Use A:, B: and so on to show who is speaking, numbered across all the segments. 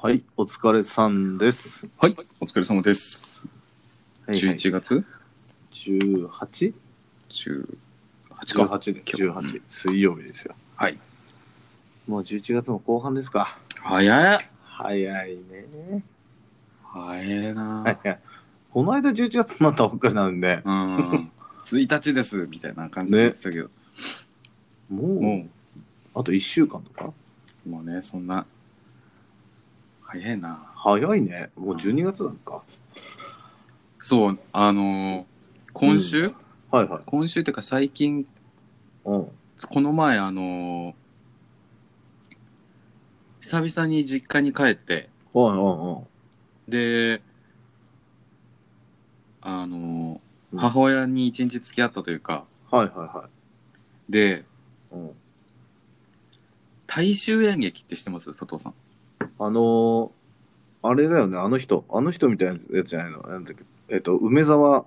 A: はい、お疲れさんです。
B: はい、お疲れ様です。
A: はいはい、
B: 11月
A: 18?
B: 18か。
A: 18で、
B: 今日
A: 18、水曜日ですよ。
B: はい。
A: もう11月も後半ですか。
B: 早い。
A: 早いね。
B: 早いな、
A: はいはい。この間11月になったばっかりなんで、
B: うん。1日です、みたいな感じでしたけど。
A: もう、
B: も
A: あと1週間とか
B: う、もうね、そんな。早いな
A: 早いね。もう12月なんか。
B: そう、あのー今週、
A: はいはい。
B: 今週っていうか最近、
A: うん。
B: この前、あのー久々に実家に帰って、
A: うんうんうん。
B: で、あの
A: う
B: ー
A: ん
B: 母親に一日付き合ったというか、
A: はいはいは
B: で、
A: い。うん、
B: 大衆演劇って知ってます佐藤さん。
A: あのー、あれだよね、あの人。あの人みたいなやつじゃないの。なんだっけえっと、梅沢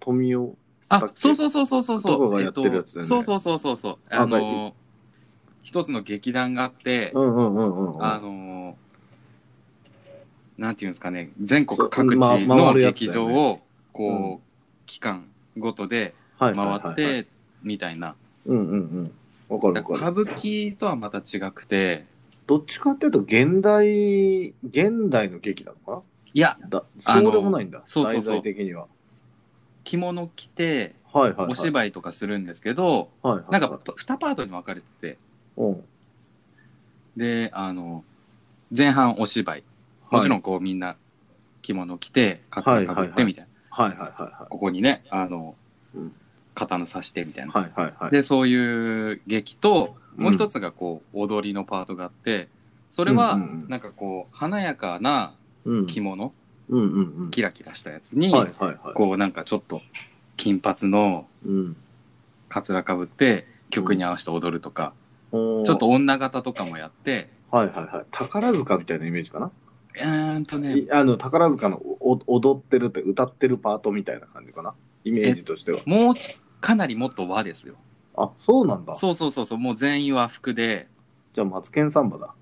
A: 富美男。だっ
B: あ
A: け、
B: そうそうそうそうそうそ
A: 男
B: う。
A: がやってるやつだよね
B: えっとそうそうそうそうそう。
A: あ
B: あのー、一つの劇団があって、
A: うんうんうんうんうん。
B: あのー、なんていうんですかね、全国各地
A: そうま
B: の
A: 回るやつだ
B: 劇
A: よね
B: 場を、こう、期間ごとで
A: はいはい
B: 回
A: はいはい、
B: って、みたいな。
A: うんうんうん。わかる
B: だ
A: わ
B: から
A: かる。
B: 歌舞伎とはまた違くて、
A: どっちかっていうと、現代、現代の劇なのか
B: いや、
A: なだ
B: あ
A: そ
B: の
A: うでもないんだ。
B: そうそうそう
A: 題材的には。
B: 着物着て、
A: はいはい、はい。
B: お芝居とかするんですけど、
A: はいはいはい、
B: なんか、2パートに分かれてて、
A: うん。
B: で、あの、前半お芝居。もちろんこうみんな着物着て、カツラかぶってみたいな。
A: はいはいはいは
B: ここにね、あの
A: うん、
B: 刀刺してみたい
A: い。
B: な。
A: はいはいはい。
B: で、そういう劇と、
A: うん
B: もう一つがこう、踊りのパートがあって、それは
A: うんうんう、ん
B: なんかこう、華やかな
A: うん、
B: 着物、
A: うんうんうん。
B: キラキラしたやつに、
A: はいはいはい。
B: こうなんかちょっと、金髪の
A: うん、
B: カツラかぶって、曲に合わせて踊るとか、
A: ちょ
B: ちょっと、女型とかもやって、
A: はいはいはい。宝塚みたいなイメージかな。
B: うーんとね、
A: いあの、宝塚のおお踊ってるって、歌ってるパートみたいな感じかな。イメージとしては。
B: もうかなりもっと和ですよ。
A: あ、そうなんだ。
B: そうそうそうそう、もう全員和服で、
A: じゃあ、マツケンサンバだ。。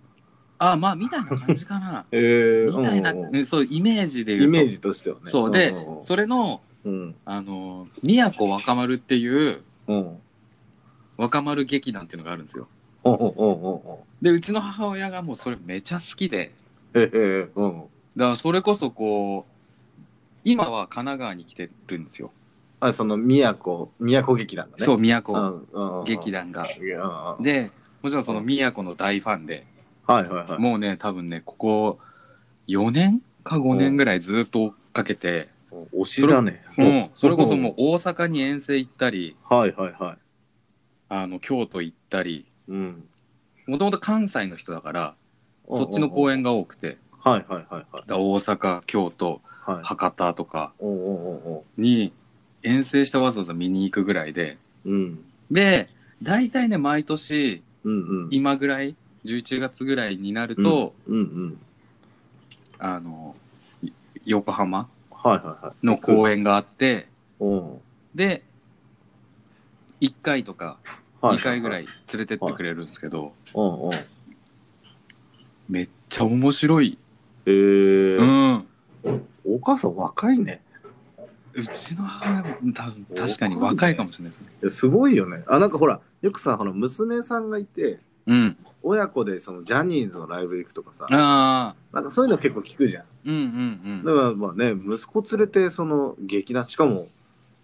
B: あまあ、みたいな感じかな
A: えー、
B: みたい な、
A: うんうんうん
B: うんそう、イメージで言う
A: イ
B: と。
A: メージとしてはね。
B: そうで、
A: んんうん
B: それの、
A: うん。
B: あの、宮古若丸っていう
A: うん。
B: 若丸劇団っていうのがあるんですよ。
A: おうおうおうお
B: で、うちの母親がもうそれめちゃ好きで、
A: う。へへへ。うん。
B: だからそれこそこう、今は神奈川に来てるんですよ。
A: あ、その、宮古、宮古劇団だね。
B: そう、宮
A: う
B: 古
A: ん。うん。うん。
B: 劇団が。
A: いや。うんうん
B: で、もちろんその宮古の大ファンで、
A: はいはいはい。
B: もうね、多分ね、ここ4年か5年ぐらいずっと追っかけて、
A: 推しだね。
B: うん、それこそもう大阪に遠征行ったり、
A: うん。はいはいはい。
B: あの京都行ったり、
A: うん。
B: もともと関西の人だから、そっちの公演
A: が。
B: が多くて、
A: はいはいはいはい。
B: だから大阪、京都、
A: はい。
B: 博多とか
A: おうおうおうお
B: に遠征してわざわざ見に行くぐらいで、
A: う。うん。
B: で、大体ね、毎年、
A: うんうん。
B: 今ぐらい、11月ぐらいになると、
A: うんうん。
B: あの、い横浜
A: はいはいはい。
B: の公演があって、
A: うん。
B: で、1回とか
A: は
B: 2回ぐら
A: い。
B: い連れてってくれるんですけど、
A: うんうん。へ
B: めっちゃ面白い。
A: え
B: う
A: ー。
B: ん。
A: お母さん若いね。
B: うちの母親も多分確かに若いかもしれないですね。
A: いやすごいよね。あ、なんかほら、よくさ、ほら、娘さんがいて、
B: うん。
A: 親子でそのジャニーズのライブ行くとかさ、
B: ああ。
A: なんかそういうの結構聞くじゃん。
B: うんう
A: だ
B: ん
A: からまあね、息子連れて、その劇団、しかも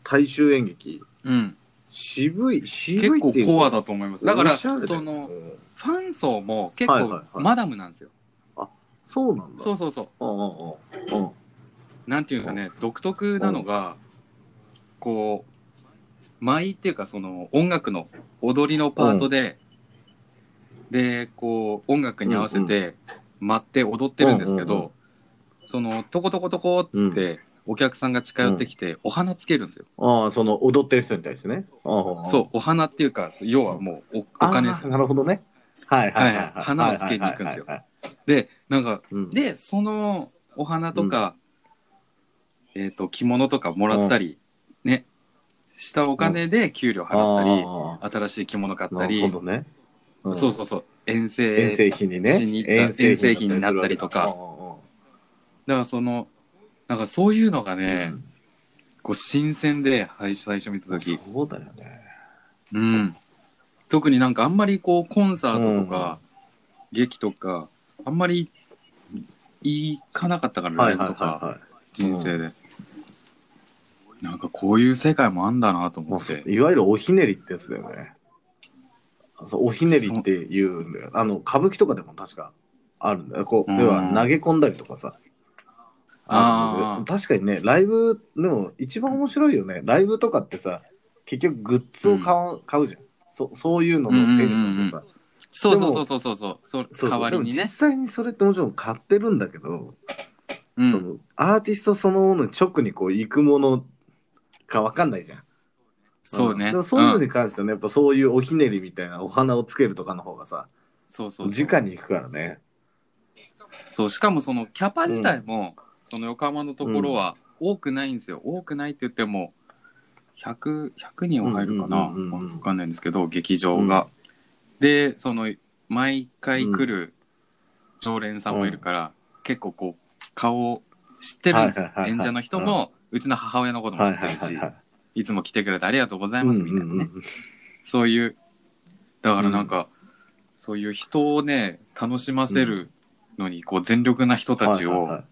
A: 大衆演劇、
B: うん。うん。
A: 渋い、渋
B: 結
A: い
B: 構
A: っていう
B: コ
A: か
B: アだと思います。だから、
A: おしゃれだよ
B: そ
A: ね
B: の
A: う、ん
B: ファン層も結
A: はいはい
B: 構
A: はい
B: マダムなんですよ。
A: そうなんだ。
B: そうそうそう。
A: うんうんうん。うん
B: なんていうかね、独特なのが、こう、舞っていうかその音楽の踊りのパートで、で、こう、音楽に合わせて舞って踊ってるんですけ
A: うんうんうん
B: ど、その、トコトコトコっつって、お客さんが近寄ってきて、お花つけるんですよ。
A: ああ、その踊ってる人に対してね。うん
B: そう、お花っていうか、そう要はもうおお
A: あー
B: 金ですよ。
A: なるほどね。はいはいはい
B: はいは
A: はいい。
B: 花をつけに行くんですよ
A: はいはい
B: で、なんか、
A: はいはい。で、
B: で、そのお花とか、えっ、と、着物とかもらったり、ね、したお金で給料払ったり、
A: あ
B: 新しい着物買っ
A: ー
B: た
A: な
B: り、
A: るほどね。
B: そうそううそう、遠
A: 遠
B: 征
A: 征費にね
B: しに行った遠征費だからそのなんかそういうのがね、
A: うん
B: こう新鮮ではい最初見た時
A: そうだよね
B: うん、特になんかあんまりこうコンサートとか、劇とかあんまり行かなかったから
A: は
B: ラ
A: い
B: イブ
A: はい
B: とか
A: はいは
B: 人生で、なんかこういう世界もあんだなと
A: いも
B: 思
A: う
B: って、
A: いわゆるおひねりってやつだよねそうおひねりって言うんだよあの歌舞伎とかでも確かあるんだよこう
B: うん
A: 要は投げ込んだりとかさあるんだけど
B: あ
A: 確かにねライブでも一番面白いよねライブとかってさ結局グッズを買う,、買うじゃんそそういうののテンションでさ、
B: そうそうそうそうそうそうそ
A: そう
B: う
A: そう
B: 代わりに
A: でも
B: ね
A: 実際にそれってもちろん買ってるんだけど、
B: うん
A: そのアーティストそのものに直にこう行くものか分かんないじゃん。
B: そうね
A: でもそういうのに関してはね、やっぱそういうおひねりみたいなお花をつけるとかの方がさ、
B: そうそうそう
A: 直に行くからね。
B: そうしかもそのキャパ自体も、その横浜のところは多くないんですよ、多くないって言っても 100, 100人は入るかな、
A: うんうんうんうん
B: 分かんないんですけど劇場が、でその毎回来る常連さんもいるから、結構こう顔を知ってるんですよ、
A: はいはいはいはい
B: 演者の人も、うちの母親のことも
A: は
B: 知
A: い
B: っ
A: は
B: て
A: い
B: るし、
A: はいいはい。
B: つも来てくれてありがとうござい
A: うん
B: ま
A: う
B: す
A: ん
B: みたいなね、
A: うん
B: そういうだからなんか、そういう人をね楽しませるのにこう全力な人たちを、
A: はいはいは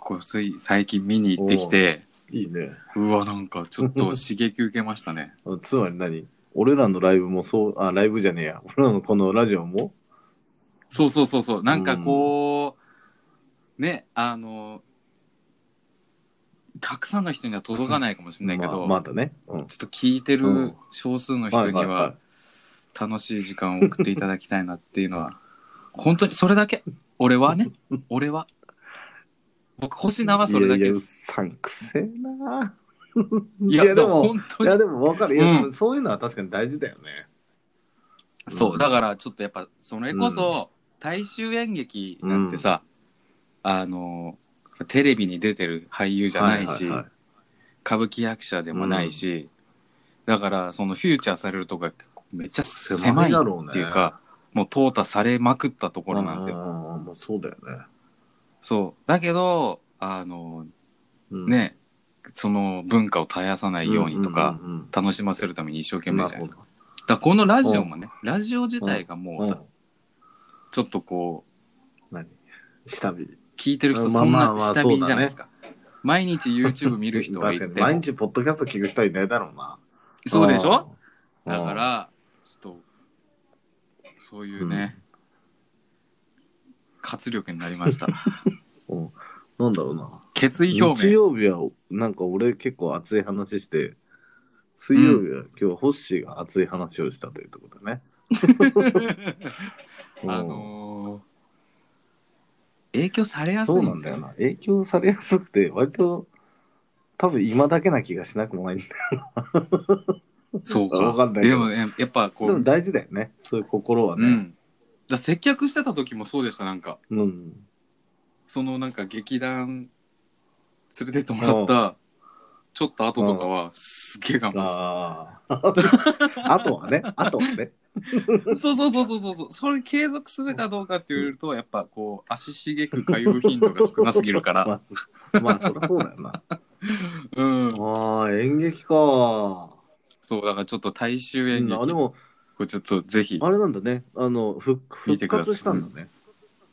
B: こうつい最近見に行ってきて
A: いいいね。
B: うわなんかちょ っと刺激受けましたね
A: つまり何俺らのライブもそう、あ、ライブじゃねえや。俺らのこのラジオも
B: そうそうそうそうなんかこう、ねあのたくさんの人には届かないかもしれないけど、
A: まあまだね。うん。
B: ちょっと聞いて
A: う
B: る
A: ん
B: 少数の人
A: い
B: に
A: い
B: は楽しい時間を送っていただきたいなっていうのは 本当にそれだけ俺はね俺は僕星名はそれだ
A: いやい
B: け
A: や、
B: で
A: う
B: す
A: さんくせえな。
B: いやでも本当
A: い
B: に
A: やでも分かる、いや
B: うん
A: そういうのは確かに大事だよね。
B: そううんだからちょっとやっぱそれこそ大衆演劇なんてさ、あのテレビに出てる俳優じゃないし、
A: ははは
B: 歌舞伎役者でもないし、だからそのフューチャーされるとかめっちゃ狭いっていうか、もう淘汰されまくったところなんですよ。
A: よ。うんうんうんまあそうだよね。
B: そうだけどあの
A: うん、
B: ね、その文化を絶やさないようにとか、
A: うんうんうん
B: 楽しませるために一生懸
A: うん、
B: 命
A: な
B: じゃない
A: る
B: で
A: ほ
B: すか。だからこのラジオもね、ラジオ自体がもう
A: ど
B: さ、ちょっとこう、
A: うん何下火。
B: 聞いてる人
A: うんまあ
B: そん
A: まあ
B: な
A: まあ
B: 下火じゃないですか。毎日 YouTube 見る人が い
A: 確
B: て
A: かに、毎日ポッドキャスト聞く人はいないだろうな。
B: そうでしょ
A: うん
B: だか、ら、ちょっと、そういうね、活力になりました。
A: うんなんだろうな。
B: 決意表
A: 日
B: 明。
A: 曜日は、なんか俺結構熱い話して、水曜日は今日はホッシーが熱い話をしたというところだね。うん
B: あのー影響されやすい
A: そうなんだよな。影響されやすくて、割と、多分今だけな気がしなくもないんだ
B: そうか。
A: わかんないけ
B: で
A: ど
B: もね、やっぱこ
A: でも
B: う、
A: 大事だよね。そういう心は
B: う
A: ね。
B: ん。だ接客してた時もそうでした、なんか。
A: うん。
B: そのなんか劇団連れてってもらったちょっと後とかはすっげえ頑張っ
A: あ あ。あとはね、あとはね。
B: てたそうそうそうそうそうそれ継続するかどうかっていうとやっぱこう足しげく通う頻度が少なすぎるか ら
A: まあ、そまあ、そりゃそうだよな。
B: うん
A: ああ、演劇か。
B: そうだからちょっと大衆演劇
A: あでも、
B: これちょっとぜひ
A: あれなんだね。あの、復
B: 見て
A: 復
B: ください
A: 活したんだね。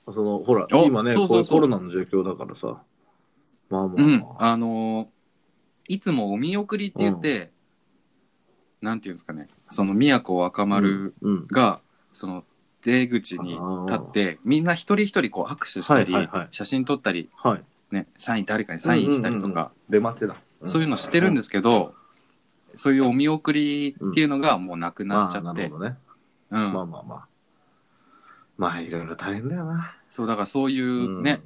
A: その、ほら、
B: お
A: 今ね、
B: そうそうそう
A: こうコロナの状況だからさ。まあまあ、
B: うん
A: まあ
B: あのーいつもお見送りって言って、なんていうんですかねその宮古若丸
A: うん。
B: が、その出口に立ってみんな一人一人こう握手したり、
A: はいはいはい
B: 写真撮ったり、
A: はい。
B: ね、サイン誰かにサインしたりとか、
A: うんうんうん出待ちだ。ん
B: そういうのしてるんですけど、そういうお見送りっていうのがもうなくなっちゃ
A: まあ
B: っ
A: な
B: て、
A: るほどね。
B: うん
A: まあまあまあ。まあ、いろいろ大変だよな。
B: そうだからそういうね、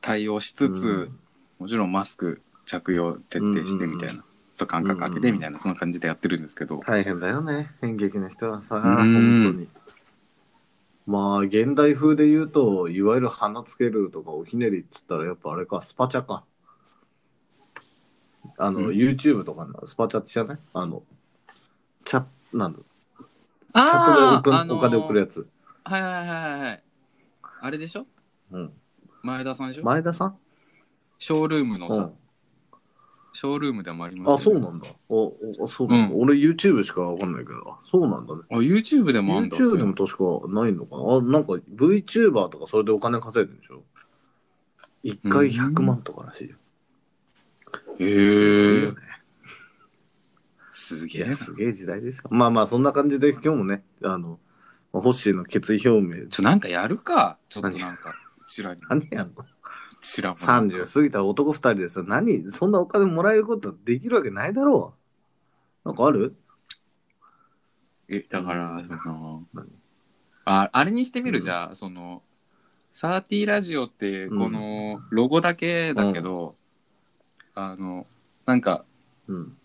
B: 対応しつつ、
A: うん
B: もちろんマスク着用徹底してみたいな、
A: うんうんうん
B: ちょっと間隔空けてみたいな、そんな感じでやってるんですけど、
A: 大変だよね。演劇の人はさ、
B: ん
A: 本当に。まあ、現代風で言うと、いわゆる鼻つけるとかおひねりっつったら、やっぱあれか、スパチャか。あの、
B: うん
A: YouTube とかのスパチャって知らないあの、チャなんだ、チャットで
B: あ
A: 送ん
B: あのー
A: お金送るやつ。
B: はいはいはいはい。あれでしょ
A: うん。
B: 前田さんでしょ、
A: 前田さん
B: ショールームの
A: う
B: さ、
A: ん。
B: ショールームでもあります
A: あ、そ
B: よね
A: うなんだ。あ、あそうなんだ。俺 YouTube しかわかんないけど、あそうなんだね。
B: あ、YouTube でもあんだ。
A: YouTube でも確かないのかなあ、なんか VTuber とかそれでお金稼いでるんでしょ一回100万とからしいよ。
B: へ
A: すごい
B: え
A: よ。ねい
B: すげえ
A: や、
B: な。
A: すげえ時代ですよ。まあまあ、そんな感じで今日もね、あの、ホッシーの決意表明、
B: ちょ、なんかやるか。ちょっとなんか、うちらに。
A: 何やんの
B: うちらも。
A: ?30 過ぎた男2人でさ、何、そんなお金もらえることできるわけないだろう。なんかある
B: え、だから、その
A: 何、
B: ああれにしてみる、
A: うん
B: じゃあ、その、サーティラジオって、
A: うん
B: この、ロゴだけだけど、あの、なんか、
A: うん。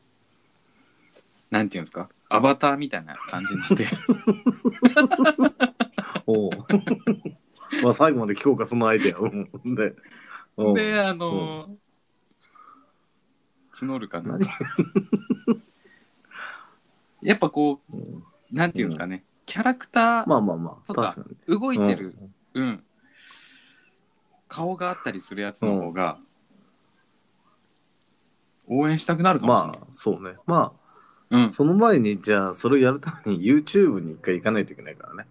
B: なんていうんですか、アバターみたいな感じにして、
A: おう まあ、最後まで聞こうか、そのアイデアを。 うんで、 うん
B: で、あの、募るかな
A: 何。
B: やっぱこ
A: うん
B: う、なんていうんですかね、キャラクタ
A: まあまあまあ、
B: そっか
A: 確かに。
B: ー、動いてる
A: うん
B: うん。顔があったりするやつの方が、応援したくなるかもしれ
A: ま
B: ない。
A: あ、そうね。ま
B: うん
A: あ、。その前に、じゃあ、それをやるために YouTube に一回行かないといけないからね。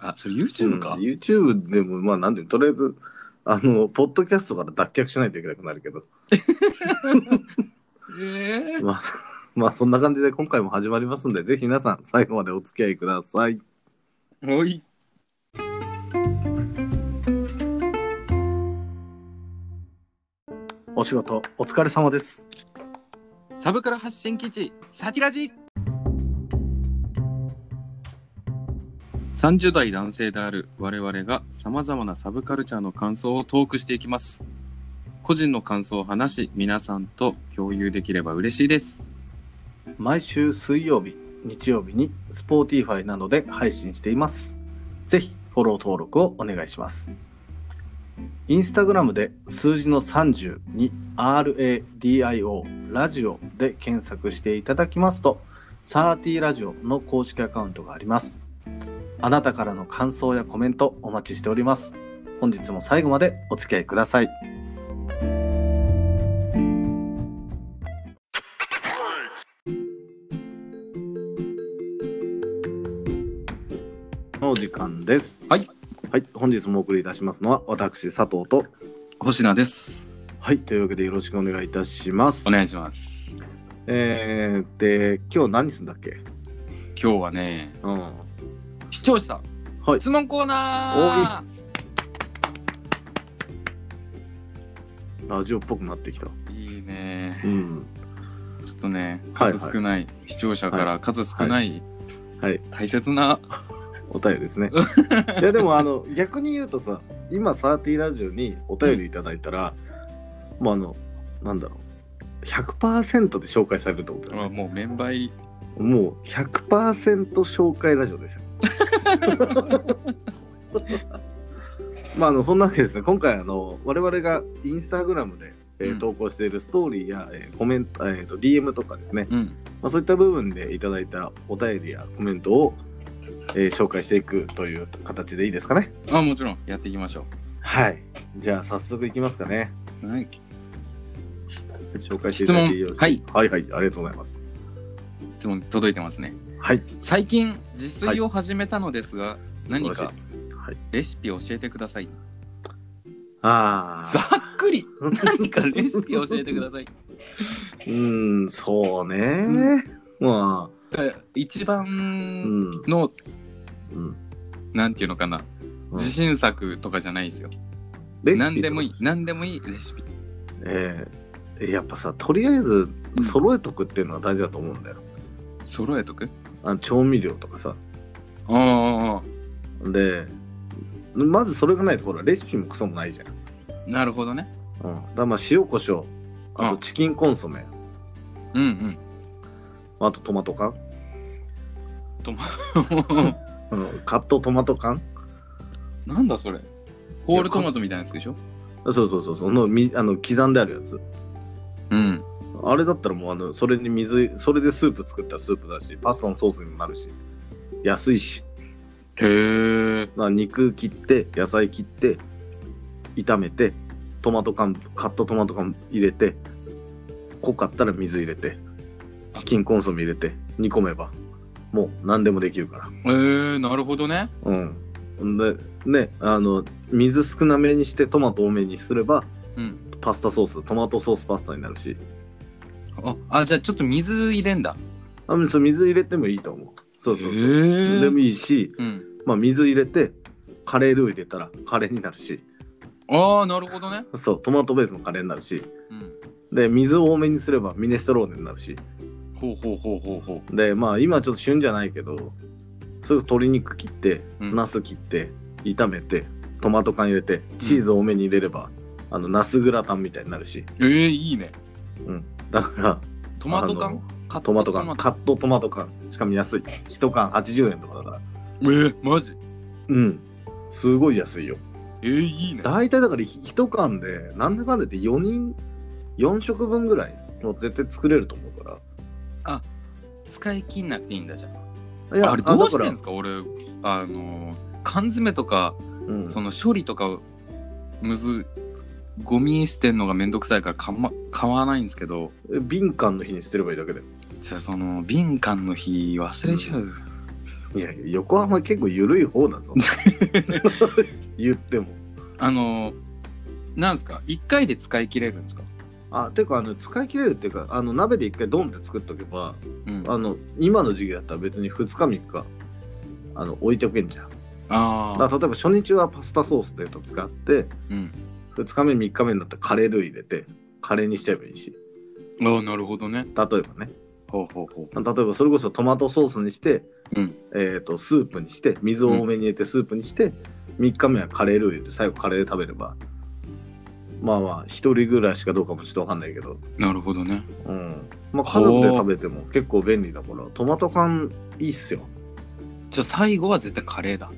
B: あ、それ YouTube か。
A: うん YouTube でも、まあ、なんていうのとりあえず、あの、ポッドキャストから脱却しないといけなくなるけど、
B: ええ
A: まあ、 まあ、そんな感じで今回も始まりますんで、ぜひ皆さん、最後までお付き合いください。
B: おい。
A: お仕事、お疲れ様です。
B: サブカル発信基地、サティラジ30代男性である我々が様々なサブカルチャーの感想をトークしていきます。個人の感想を話し、皆さんと共有できれば嬉しいです。
A: 毎週水曜日、日曜日に Spotify などで配信しています。ぜひ、フォロー登録をお願いします。インスタグラムで数字の30に RADIO ラジオで検索していただきますと、サーティラジオの公式アカウントがあります。あなたからの感想やコメントお待ちしております。本日も最後までお付き合いください。のお時間です。
B: はい。
A: はい、本日もお送りいたしますのは私佐藤と
B: 星名です。
A: はい、というわけでよろしくお願いいたします。
B: お願いします。
A: えー、で、今日何すんだっけ
B: 今日はね、
A: うん。は
B: 視聴者、
A: い。
B: 質問コーナ
A: ラジオっぽくなってきた。
B: ーいいうね。
A: ん。
B: ちょっとね、
A: はい
B: 数少ない、視聴者から数少ない、
A: はい。
B: 大切な、
A: お便りですね。いや、でも、あの、逆に言うとさ、今、サーティーラジオにお便りいただいたら、もう、あの、なんだろう。100%で紹介されるってことだよね。
B: もうメンバー、
A: もう100%紹介ラジオですよ。 まあ、あのそんなわけですね、今回あの、我々がインスタグラムで、えー
B: うん
A: 投稿しているストーリーや、えーコメント、えー、と DM とかですね、
B: うん、
A: まあ、そういった部分でいただいたお便りやコメントを、えー紹介していくという形でいいですかね。
B: あ、もちろんやっていきましょ
A: はい。じゃあ、早速いきますかね。
B: う。はい、
A: 紹介していただいてよろしい
B: 質
A: はいはい、ありがとうございます。
B: 質問届いてますね。
A: はい。
B: 最近、自炊を始めたのですが、何
A: 素晴
B: から
A: しいはい、
B: レシピ教えてください。
A: ああ。
B: ざっくり、 何かレシピ教えてください。
A: うーん、そうね。
B: う
A: まあ、
B: 一
A: う
B: 番
A: ん。
B: の、
A: うん
B: なんていうのかな、自信作とかじゃないですよ。
A: レシピ
B: 何でもいい、何でもいいレシピ。
A: えーやっぱさ、とりあえず
B: うん
A: 揃えとくっていうのは大事だと思うんだよ。
B: 揃えとく
A: あの調味料とかさ。
B: ああ、
A: で、まずそれがないとほら、レシピもクソもないじゃん。うん。
B: なるほどね。
A: だからまあ、塩、コショウ、あとチキンコンソメ、
B: うんうん。
A: あとトマト缶、うん、カットトマト缶
B: なんだそれ。ホールトマトみたいなやつでしょ
A: そうそうそうそう、のみあの刻んであるやつ。
B: うん。
A: あれだったらもうあの、それに水、それでスープ作ったらスープだし、パスタのソースにもなるし、安いし。
B: へえ。
A: まあ、肉切って野菜切って炒めてトマト缶カットトマト缶入れて濃かったら水入れてチキンコンソメ入れて煮込めばもう何でもできるから
B: えー、なるほどね。
A: うんでねあの水少なめにしてトマト多めにすれば
B: うん。
A: パスタソーストマトソースパスタになるし
B: あ、あじゃあちょっと水入れんだ。
A: あ別に水入れてもいいと思うそうそうそう、
B: へー
A: でもいいし、
B: うん。
A: まあ、水入れてカレールー入れたらカレーになるし
B: ああ、なるほどね。
A: そうトマトベースのカレーになるし
B: うん。
A: で水を多めにすればミネストローネになるし
B: ほうほうほうほうほ
A: でまあ今ちょっと旬じゃないけどそれ鶏肉切って
B: う。うん、
A: ナス切って炒めてトマト缶入れてチーズ多めに入れれば、あのナスグラタンみたいになるし
B: えー、いいね。
A: だから
B: トマト
A: あの
B: 缶カット
A: トマト缶カットトマト缶しかも安い1缶80円とかだから
B: えー、マジ
A: うんすごい安いよ
B: えー、いいね。
A: 大体だから1缶でなんだかんだ言って4人4食分ぐらいもう絶対作れると思うから
B: 使い切んなくていいんだじゃん。
A: い
B: あれどうしてん
A: だ
B: す
A: か
B: か俺、あの、缶詰とか、
A: らうん
B: その処理とか、むず、ゴミ捨てんのがめんどくさいから買,、ま、買わないんですけど、
A: え瓶缶の日に捨てればいいだけだよ
B: じゃあその、瓶缶の日忘れちゃう。
A: いやいや横浜結構緩い方だぞ言っても
B: あの、なんですか一回で使い切れるんですか
A: あてかあの使い切れるっていうかあの鍋で一回ドンって作っとけば
B: うん。
A: あの今の時期だったら別に2日3日あの置いておけんじゃん
B: あ
A: だ
B: あ。
A: から例えば初日はパスタソースでと使って
B: うん。
A: 2日目3日目になったらカレールー入れてカレーにしちゃえばいいし
B: ああ、なるほどね。
A: 例えばね
B: ほうほうほ
A: 例えばそれこそトマトソースにして、
B: うん
A: えー、とスープにして水を多めに入れてスープにして、3日目はカレールー入れて最後カレー食べればまあまあ1人暮らしかどうかもちょっと分かんないけど、
B: う。なるほどね。
A: うんまあ、家族で食べても結構便利だからトマト缶いいっすよ
B: じゃあ最後は絶対カレーだ。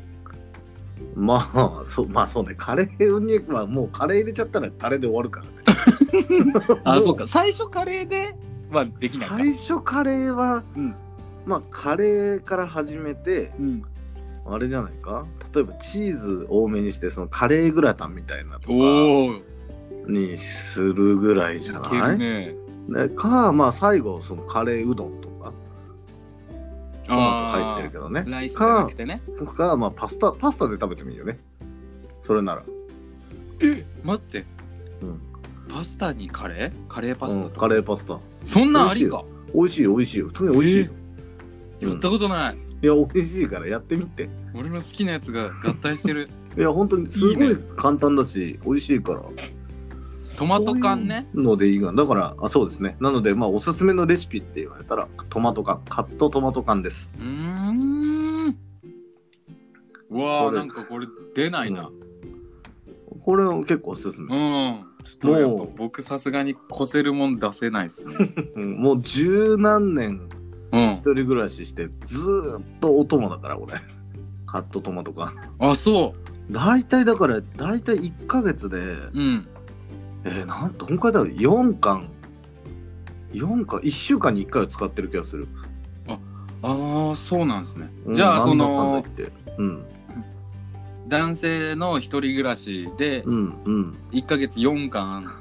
A: まあそうまあそうねカレーにはもうカレー入れちゃったらカレーで終わるからね
B: あ、
A: も
B: そうか。最初カレーではできないか。
A: 最初カレーは、
B: うん
A: まあカレーから始めて、
B: うん。
A: あれじゃないか例えばチーズ多めにしてそのカレーグラタンみたいなとか
B: おお。い
A: にするぐらいじゃ
B: け
A: な
B: る
A: い、
B: ね。
A: ねかまあ最後そのカレーうどんとかトマト入ってるけどね
B: あーライスじゃなくてね。
A: とかまあパスタパスタで食べてもいいよねそれなら、
B: え、待って。
A: うん
B: パスタにカレーカレーパス
A: う
B: タ
A: ん
B: と
A: カ
B: か。
A: レーパスタ
B: そんなんありか。
A: 美味しいよ美味しいよ普通に美味しいよ、うん
B: やったことない。
A: いや美味しいからやってみて
B: 俺の好きなやつが合体してる。
A: いや本当にすご
B: いいね
A: い簡単だし美味しいから
B: トマト缶ね。
A: そういうのでいいがだからあそうですねなのでまあおすすめのレシピって言われたらトマト缶カットトマト缶です
B: うーん。うわ
A: こ
B: あ、
A: れ
B: なんかこれ出ないな。
A: これ結構おすす
B: う
A: め、
B: ん。ちょっとやっぱ僕さすがにこせるもん出せないっすね。
A: うんもう十何年
B: うん
A: 一。人暮らししてずーっとお供だから俺 カットトマトか
B: あ、そ
A: 大体だから大体1ヶ月で
B: う。うん。
A: えー、なんどんくらいだろう4巻4巻1週間に1回は使ってる気がする、
B: ああ、そうなんですね
A: う。ん
B: じゃあ、そ
A: なん
B: の
A: だ、かんだ言ってうん
B: 男性の一人暮らしで、
A: うんうん
B: 1ヶ月4間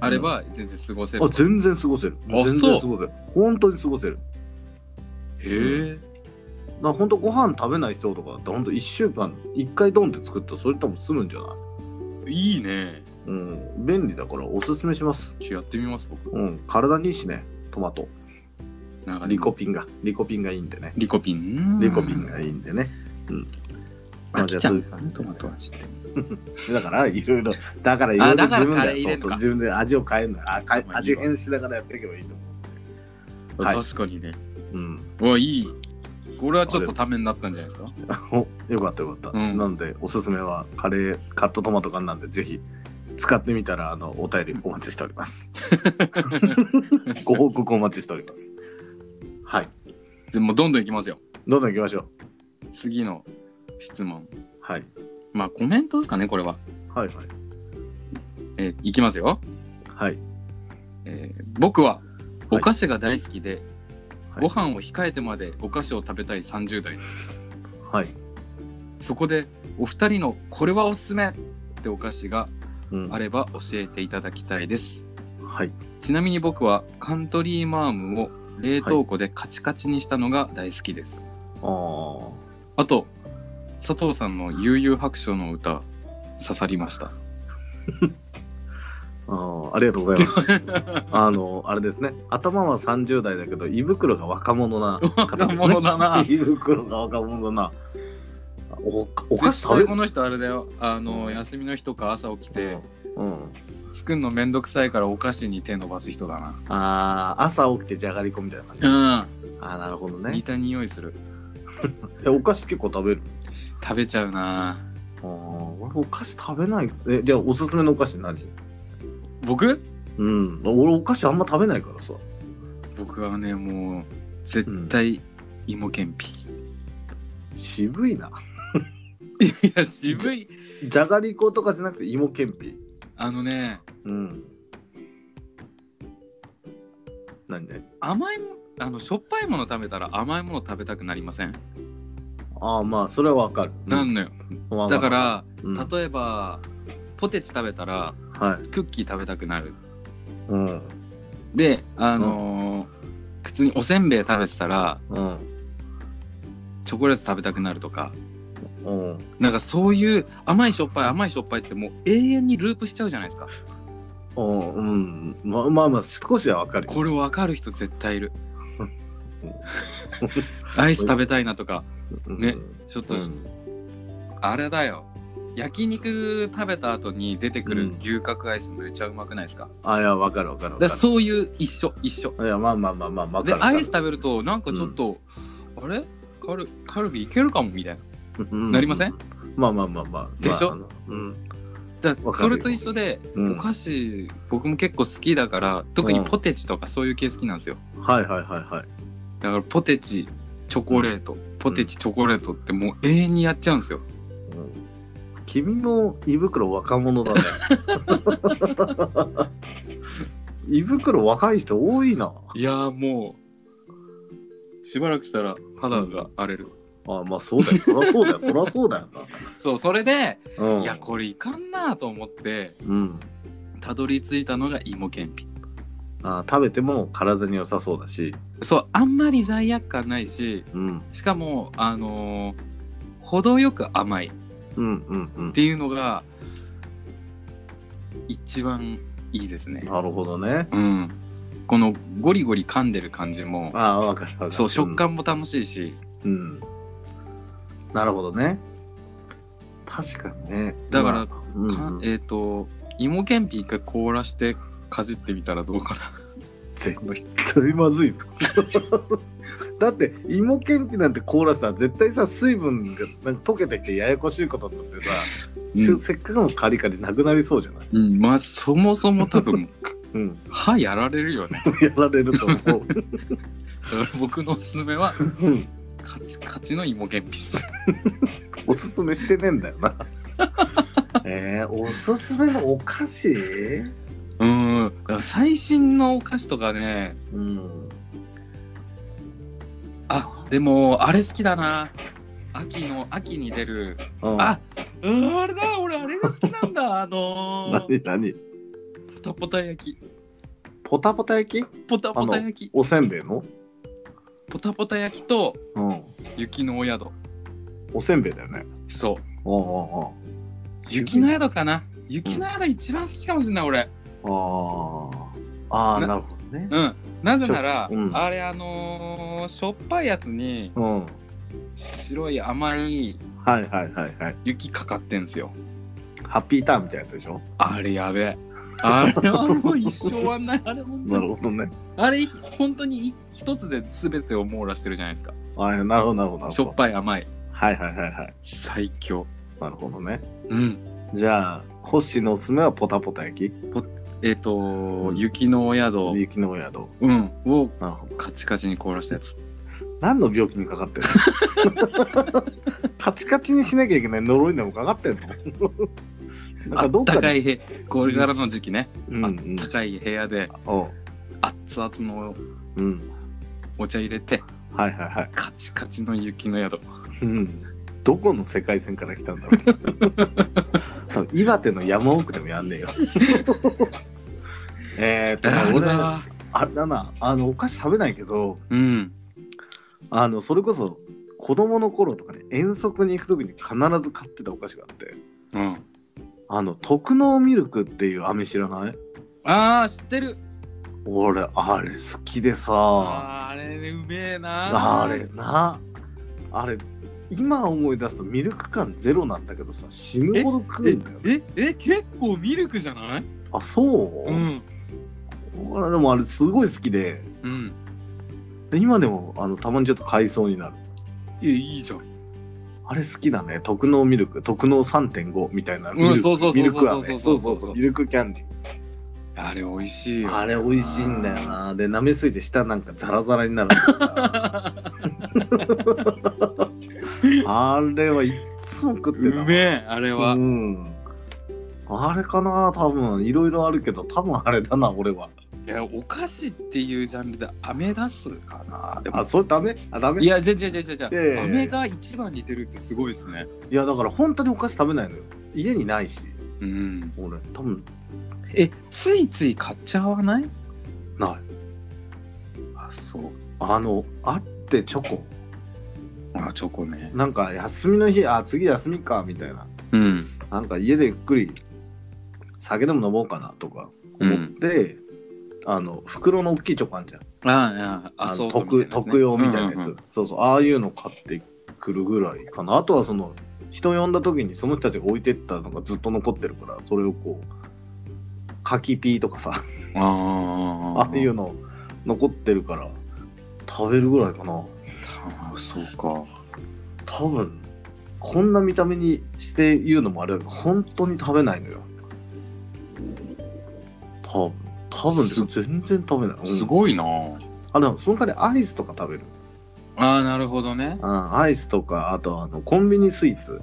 B: あれば全然過ごせる
A: あ。全然過ごせる
B: あ
A: 全然過ごせる本当に過ごせる
B: へえ。
A: だから本当ご飯食べない人とかだったら本当1週間1回ドンって作ったらそれとも済むんじゃない
B: いいね。
A: うん、便利だからおすすめします。
B: ちょやってみます、僕。
A: うん、体にいいしね、トマト。
B: なんか
A: リコピンが、リコピンがいいんでね。
B: リコピン。
A: リコピンがいいんでね。うん。
B: 飽きちゃうか
A: まあ
B: らね、トマト味って。
A: じゃあだから、いろいろ、だからいろいろ
B: あだから
A: 自分
B: カレー
A: で、
B: 入
A: そうん
B: れの
A: そう、
B: か
A: 自分で味を変えるの。あ変え
B: まあいい
A: 味
B: わ
A: 変しながらやっていけばいいと思はい
B: 確かにね。
A: う。うん。
B: うわ、いい。これはちょっとためになったんじゃないですか
A: およかったよかった。
B: うん
A: なんで、おすすめはカレー、カットトマト缶なんで、ぜひ使ってみたら、あの、お便りお待ちしております。 ご報告お待ちしております。はい。
B: でもうどんどんいきますよ。
A: どんどん行きましょう。
B: 次の質問。
A: はい。
B: まあ、コメントですかね、これは。
A: はいはい。
B: えーいきますよ。
A: はい。
B: えー僕はお菓子が大好きで、
A: はい
B: ご飯を控えてまでお菓子を食べたい30代
A: はい。
B: そこでお二人のこれはおすすめってお菓子が
A: うん
B: あれば教えていただきたいです
A: はい。
B: ちなみに僕はカントリーマームを冷凍庫でカチカチにしたのが大好きです、
A: ああ。
B: あと佐藤さんの悠々白書の歌刺さりました
A: あーありがとうございま す。あの、あれですね。頭は30代だけど、胃袋が若者な方です、ね。
B: 若者だな
A: 胃袋が若者だな。おお菓子
B: 絶
A: 食べ
B: 対
A: る
B: この人あれだよあの、
A: うん
B: 休みの日とか朝起きて
A: うん。
B: 作るのめんどくさいからお菓子に手伸ばす人だな
A: ああ、朝起きてじゃがりこみたいな感じ。
B: うん
A: ああ、なるほど
B: 似
A: ね。
B: た匂いする
A: えお菓子結構食べる
B: 食べちゃうな
A: ああ、俺お菓子食べない。え、じゃあおすすめのお菓子何
B: 僕
A: うん。俺お菓子あんま食べないからさ。
B: 僕はねもう絶対芋けんぴ、
A: 渋いな。
B: いや渋い
A: じゃがりことかじゃなくて芋けんぴ。
B: あのね
A: うん。何で
B: 甘いもあのしょっぱいもの食べたら甘いもの食べたくなりません、
A: ああ、まあ、それはわかる。
B: なんのよ
A: わか
B: だ
A: る
B: から、
A: うん
B: 例えばポテチ食べたら
A: はい。
B: クッキー食べたくなる
A: うん。
B: であのー普通におせんべい食べてたら
A: うん。
B: チョコレート食べたくなるとか
A: うん。
B: なんかそういう甘いしょっぱい甘いしょっぱいってもう永遠にループしちゃうじゃないですか
A: うん。うん。まあまあまあ、少しはわかる。
B: これ分かる人絶対いる アイス食べたいなとかねちょっ
A: う
B: と、
A: ん。うん。
B: あれだよ焼肉食べた後に出てく
A: う
B: る
A: ん
B: 牛角アイスめちゃうまくないですか,、
A: ああ、いや、わかるわかるわかる
B: だから。そういう一緒一緒
A: いや、まあまあまあまあ、わか
B: で
A: るわか
B: ア
A: る。
B: イス食べるとなんかちょっと、あれカルカルビいけるかもみたいな
A: うん
B: なりません
A: まあまあまあまあ。
B: でしょ
A: まああのうん。
B: だ
A: わか
B: そ
A: るよ
B: れと一緒で、
A: うん
B: お菓子僕も結構好きだから特にポテチとかそういう系好きなんですよ
A: はいはいはいはい。
B: だからポテチチョコレート、ポテチチョコレートってもう永遠にやっちゃうんですよ
A: うん君も胃袋若者 だね。胃袋若い人多いな。
B: いやーもうしばらくしたら肌が荒れる、
A: あまあそうだよ。そらそうだよ。そらそうだよ
B: そうそれで、
A: な。うん。
B: いやこれいかんなと思って
A: うん。
B: たどり着いたのが芋けんぴ
A: あ食べても体に良さそうだし。
B: そうあんまり罪悪感ないし
A: うん。
B: しかもあのー程よく甘いっ
A: うんうんうん。
B: ていうのが一番いいですね
A: なるほどね。
B: うんこのゴリゴリ噛んでる感じも
A: ああ、わかるわかる。
B: そう食。感も楽しいし、
A: うん。なるほどね。確かにね。
B: だから
A: まあうん
B: か
A: うん
B: えっ、と芋けんぴ一回凍らしてかじってみたらどうかな
A: 絶対まずいぞ だって芋けんぴなんて凍らせたら絶対さ水分がなんか溶けてきてややこしいことになってさ、
B: うん
A: せっかくのカリカリなくなりそうじゃない、
B: うんまあそもそも多分
A: うん、
B: 歯やられるよね
A: やられると思う、
B: だから僕のおすすめは
A: うん、
B: カチカチの芋けんぴっす
A: おすすめしてねえんだよな えー、おすすめのお菓子
B: うんだから最新のお菓子とかね
A: うん
B: あでもあれ好きだな秋の秋に出る
A: あ
B: あうんあれだ俺あれが好きなんだあのー
A: 何何
B: ポタポタ焼き
A: ポタポタ焼き
B: ポタポタ焼き
A: おせんべいの、
B: ポタポタ焼きと
A: うん、
B: 雪のお宿
A: おせんべいだよね
B: そう
A: おうおうおう
B: 雪の宿かな雪の宿一番好きかもしれない俺
A: ああああ
B: な
A: なるほどね
B: うんなぜなら、
A: うん
B: あれあのーしょっぱいやつに
A: うん
B: 白い甘い
A: はいはいはいはい。
B: 雪かかってんすよ
A: ハッピーターンみたいなやつでしょ
B: あれやべえあれはもう一生終わんないあれ本当に
A: ほどね。
B: あれ本当に一つで全てを網羅してるじゃないですか
A: あなるほどなるほどなる
B: しょ
A: ほ
B: っ
A: ど。
B: ぱい甘い
A: はいはいはいはい。
B: 最強
A: なるほどね。
B: うん
A: じゃあ、コッシーのおすすめはポタポタ焼き、
B: えっ、と雪のお宿、
A: 雪のお宿。
B: うん、を
A: なるほど。
B: カチカチに凍らしたやつ
A: 何の病気にかかってる のカチカチにしなきゃいけない呪いでもかかってんのな
B: あ
A: んかど
B: っ
A: っか
B: たか
A: で、
B: い部これからの時期ね、
A: うんう
B: あっ
A: ん
B: た、かい部屋で
A: おう
B: 熱々の
A: うん。
B: お茶入れて
A: はいはいはい。
B: カチカチの雪の宿
A: うん。どこの世界線から来たんだろう 多分岩手の山奥でもやんねえよえーっと
B: だる
A: 俺あ
B: な
A: れだなあのお菓子食べないけど
B: うん
A: あのそれこそ子供の頃とかね遠足に行く時に必ず買ってたお菓子があって
B: うん
A: あの特納ミルクっていう飴知らない
B: ああ知ってる
A: 俺あれ好きで
B: あ
A: さ
B: あーあれねうめえな
A: あれなあれ今思い出すとミルク感ゼロなんだけどさ死ぬほど食うんだよ
B: ええ結構ミルクじゃない
A: あそう、
B: うん
A: 俺でもあれすごい好きで
B: うん
A: で今でもあのたまにちょっと買いそうになる
B: いやいいじゃん
A: あれ好きだね特納ミルク特納3.5みたいなミル
B: うん
A: ク
B: そうそうそ
A: ミ
B: う
A: ルク
B: そ
A: 飴
B: うそう
A: そそ
B: そううそ
A: そ
B: ううそうう
A: ミルクキャンディー
B: あれ美味しいよ
A: あれ美味しいんだよなで舐めすぎて舌なんかザラザラになるんだよなあれはいっつも食って
B: う
A: た
B: めえあれは
A: うん。あれかな多分いろいろあるけど多分あれだな俺はい
B: やお菓子っていうジャンルでアメ出すかなで
A: あ
B: も
A: それダメあダメ
B: い
A: いや
B: やじゃじゃじゃじゃじゃ
A: いやいやいや
B: アメが一番似てるってすごいですね
A: だから本当にお菓子食べないのよ家にないし
B: うん
A: 俺多分
B: えついつい買っちゃわない
A: ない
B: あそう
A: あのあってチョコ
B: あチョコね
A: なんか休みの日あ次休みかみたいな
B: うん
A: なんか家でゆっくり酒でも飲もうかなとか思って、あの袋の大きいチョコあんじゃん
B: あああ
A: あ
B: そ
A: の
B: う
A: 特特用みたいなやつ、
B: うんうんうん
A: そうそうああいうの買ってくるぐらいかなあとはその人呼んだ時にその人たちが置いてったのがずっと残ってるからそれをこう柿ピーとかさ
B: ああ
A: ああいうの残ってるから食べるぐらいかな
B: あそうか
A: 多分こんな見た目にして言うのもあれだけど本当に食べないのよ多分多分ですよ全然食べない、うん
B: すごいな
A: あでもその代わりアイスとか食べる
B: ああなるほどね
A: うん、アイスとかあとあのコンビニスイーツ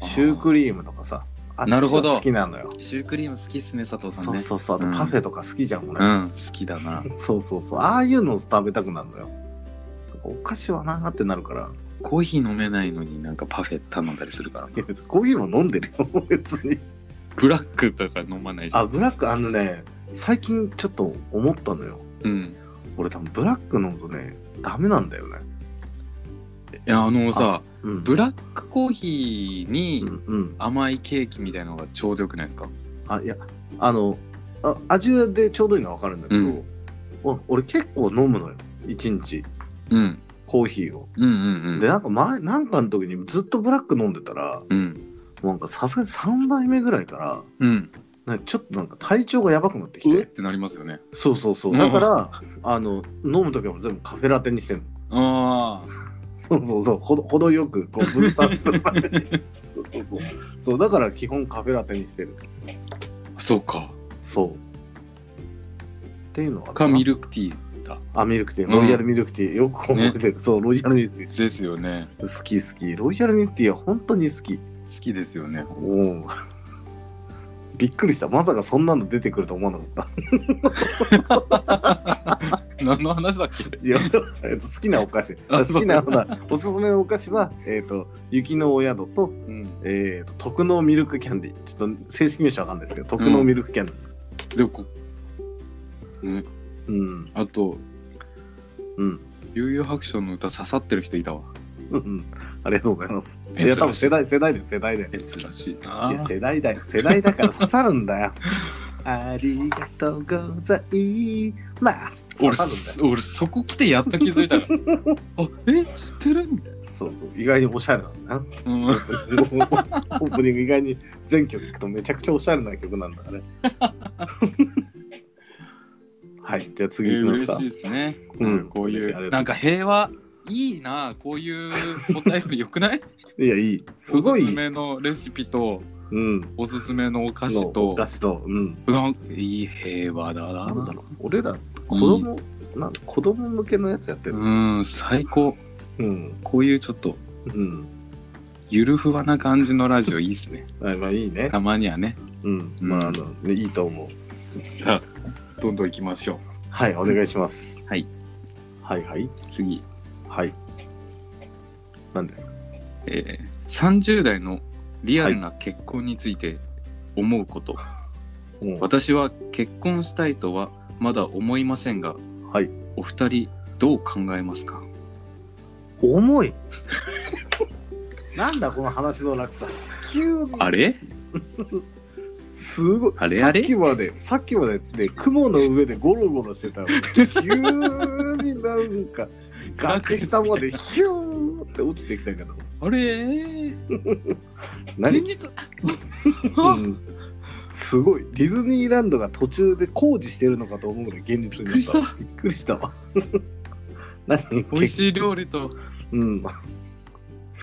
A: シュークリームとかさあっち
B: なるほど
A: は好きなのよ
B: シュークリーム好きっすね佐藤さ
A: そ
B: ん
A: う
B: ね
A: そうそうあと
B: うん
A: パフェとか好きじゃん、
B: う
A: 俺、
B: ん好きだな
A: そうそうそうああいうのを食べたくなるのよお菓子はなーってなるから
B: コーヒー飲めないのになんかパフェ頼んだりするから
A: いや別にコーヒーも飲んでるよ 別に
B: ブラックとか飲まないじゃん
A: あブラックあのね最近ちょっと思ったのよ
B: うん
A: 俺多分ブラック飲むとねダメなんだよね
B: いやあのさ
A: うん
B: ブラックコーヒーに
A: うんうん
B: 甘いケーキみたいのがちょうどよくないですか
A: あいやあのあ味はでちょうどいいのは分かるんだけど、
B: うん
A: お俺結構飲むのよ一日
B: うん
A: コーヒーを。
B: うんうんうん
A: で、なんか前、なんかの時にずっとブラック飲んでたら、も
B: うん
A: うなんかさすがに3杯目ぐらいか
B: うん
A: ら、なんかちょっとなんか体調がやばくなってき、
B: うっててなりますよね
A: そうそうそう。
B: うん
A: だから、あの、飲む時はもう全部カフェラテにしてんの。
B: あ
A: そうそうそう。ほどほどよくこう 分散するまでに。そうそうそう。そう、だから基本カフェラテにしてる。
B: あそうか
A: そう。っていうのは
B: かミルクティーだ
A: あ、ミルクティー。
B: うん
A: ロイヤルミルクティー。よく覚えてる。そう、ロイヤルミルクティー。
B: ですよね
A: 好き好き。ロイヤルミルクティーは本当に好き。
B: 好きですよね
A: おお。びっくりした。まさかそんなの出てくると思わなかっ
B: 何の話だっ け
A: た。いや、えっと、好きなお菓子。
B: あ
A: 好
B: そう
A: きなほら、おすすめのお菓子は、えっ、と、雪のお宿と、
B: うん
A: えっ、と、特納ミルクキャンディー。ちょっと正式名称わかんないですけど、特納ミルクキャンディー。
B: でもこね
A: うん。
B: あと
A: うん。
B: 悠々白書の歌刺さってる人いたわ
A: うん。ありがとうございます。い
B: 珍
A: や、多分
B: し
A: 世
B: い
A: 代、世代だよ、世代だよ。
B: 珍しい
A: い
B: な
A: や、世代だよ。世代だから刺さるんだよ。ありがとうございます。刺
B: 俺
A: さるんだよ。
B: 俺そこ来てやっと気づいたの あえ知ってるみたい
A: そうそう。意外におしゃれなんだな。
B: な、うん
A: オープニング以外に全曲聴くとめちゃくちゃおしゃれな曲なんだね。はい、じゃあ次いきます
B: 嬉
A: か
B: し。いですね。
A: うん
B: こう
A: 嬉しいありが
B: いう、
A: とう
B: なんか平和、いいなあ、こういうお便りよくない
A: いや、いい。 すご
B: おすす
A: い。
B: めのレシピと、
A: うん。
B: おすすめのお菓
A: の
B: 子と、
A: 歌詞と、うん。
B: なんかいい平和だな。
A: なんだろう。俺ら、子供、なん子供向けのやつやってる。
B: うん、最高。
A: うん。
B: こういうちょっと、
A: うん。
B: ゆるふわな感じのラジオいいっすね。
A: あまあいいね
B: た。まにはね、
A: うん。
B: うん
A: まあ、あの、ね、いいと思う。
B: どんどん行きましょ
A: はい、お願いします。
B: はい。
A: はいはい。
B: う。次。
A: はい。何ですか
B: えー30代のリアルな結婚について思うこと、
A: うん
B: 私は結婚したいとはまだ思いませんが
A: はい。
B: お二人どう考えますか
A: 重い なんだこの話の落差。急に。
B: あれ
A: すごい。
B: あれあれ
A: さっきまで、さっきまでね、雲の上でゴロゴロしてたのに急になんか、崖下までヒューって落ちてきた けど。
B: あれ
A: 何
B: 日
A: うんすごい。ディズニーランドが途中で工事してるのかと思うね、現
B: び
A: 実
B: っ
A: に
B: くりした
A: びっくりしたわ。 何
B: 美味しい料理と
A: うん。好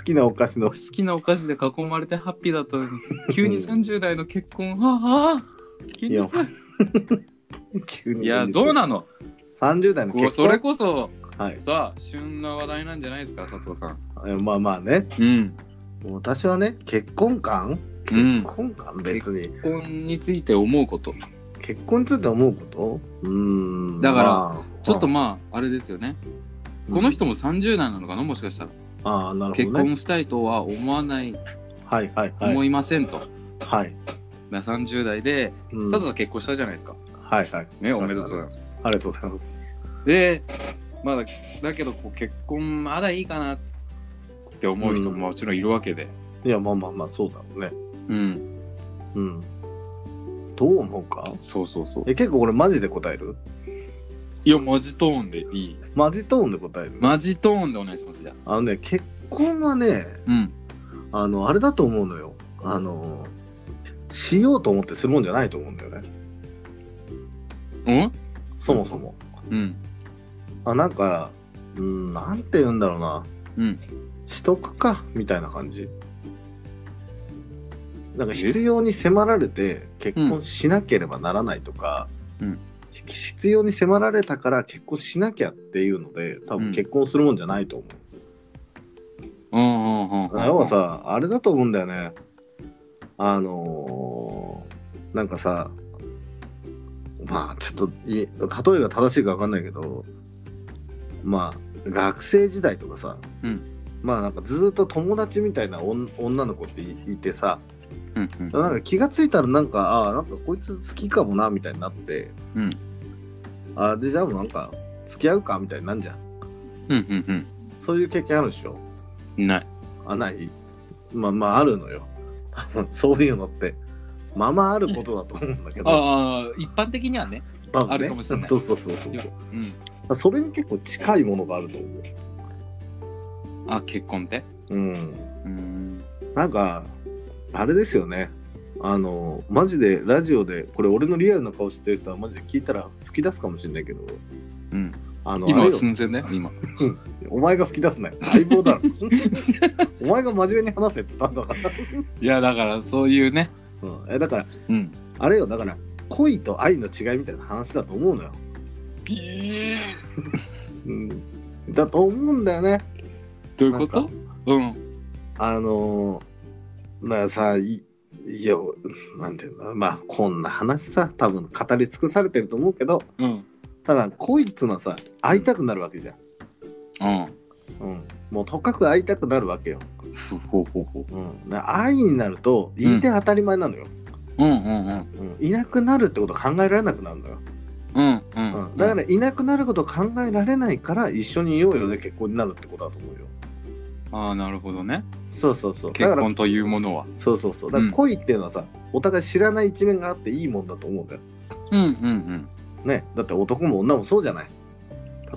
A: きなお菓子
B: お
A: の
B: 好きなお菓子で囲まれてハッピー だったのに急に
A: うん
B: 30代の結婚はあはあ現
A: いや
B: 実
A: 急に。
B: いやどうなの
A: ?30 代の
B: こう
A: 結
B: それ
A: 婚。
B: こそ
A: はい
B: さあ旬な話題なんじゃないですか佐藤さん
A: えまあまあね。
B: うん
A: 私はね、結婚観
B: うん
A: 結婚観別に。
B: 結婚について思うこと
A: 結婚について思うことうーん。
B: だから
A: まあ
B: ちょっと、まああれですよね
A: うん
B: この人も30代なのかなもしかしたら
A: ああ、なる
B: 結
A: ほどね。
B: 婚したいとは思わない
A: はいはいはい。
B: 思いませんと
A: はい。
B: な30代で
A: うん
B: 佐藤さん結婚したじゃないですか
A: はいはい。
B: ねおめでとうございます
A: ありがとうございます。
B: でまだだけどこう結婚まだいいかなって思う人ももちろんいるわけで、
A: いや、まあまあまあ、そうだろうね。
B: うん、
A: うん。どう思うか
B: そうそうそう。
A: え、結構俺マジで答える
B: いや、マジトーンでいい。
A: マジトーンで答える、
B: マジトーンでお願いします、じゃあ。
A: あのね、結婚はね、
B: うん。
A: あの、あれだと思うのよ。あの、しようと思ってするもんじゃないと思うんだよね。
B: うん
A: そもそも。
B: うん。
A: あ、なんか、うん、なんて言うんだろうな。
B: うん。
A: しとくか、みたいな感じ。なんか必要に迫られて結婚しなければならないとか、
B: うん
A: ひ必要に迫られたから結婚しなきゃっていうので、多
B: うん
A: 分結婚するもんじゃないと思う。
B: うんうんうんうん。
A: 要は、さ、あれだと思うんだよね。あのーなんかさ、まあちょっとい、例えが正しいかわかんないけど、まあ、学生時代とかさ、
B: うん
A: まあなんかずーっと友達みたいな女女の子っていいてさ、
B: うんうん。
A: なんか気がついたらなんか、ああ、なんかこいつ好きかもな、みたいになって、
B: うん
A: ああ、で、じゃあもうなんか、付き合うか、みたいになんじゃん。
B: うんうん
A: そういう経験あるでしょ
B: うん。ない。
A: あないまあまああるのよ そういうのってまあまああることだと思うんだけど
B: ああ、一般的にはね。
A: 多分ね
B: あるかもしれない
A: そうそうそうそう
B: いや
A: そう
B: うん。
A: それに結構近いものがあると思う
B: あ、結婚って
A: うん
B: うん。
A: なんかあれですよねあのマジでラジオでこれ俺のリアルな顔してる人はマジで聞いたら吹き出すかもしれないけど
B: うん、
A: あの
B: 今
A: あ
B: は
A: れよ
B: 寸前だよ、今。
A: お前が吹き出すなよ相棒だろ お前が真面目に話せって言ったんだから、
B: いや、だから、そういうね。
A: うん、えだから
B: うん。
A: あれよだから恋と愛の違いみたいな話だと思うのようんだと思うんだよね。
B: どういうことうん。
A: あのー、まあさ、いいや、なんていうの、まあこんな話さ、多分語り尽くされてると思うけど、
B: うん。
A: ただ恋っつうのはさ、会いたくなるわけじゃん。
B: うん。
A: うん。もうとかく会いたくなるわけよ。
B: ほうほうほうほ
A: うん。だから愛になると、言いて当たり前なのよ、
B: う。うんうんうん。
A: うん。いなくなるってこと考えられなくなるのよ。
B: うんう。
A: うんん。だからいなくなること考えられないから、一緒にいようよで結婚になるってことだと思うよ。
B: ああ、なるほどね。
A: そうそうそう。だ
B: 結
A: から
B: 婚というものは。
A: そうそうそう。だから恋っていうのはさ、お互い知らない一面があっていいもんだと思うんだよ。
B: うんうん
A: ね。だって男も女もそうじゃない。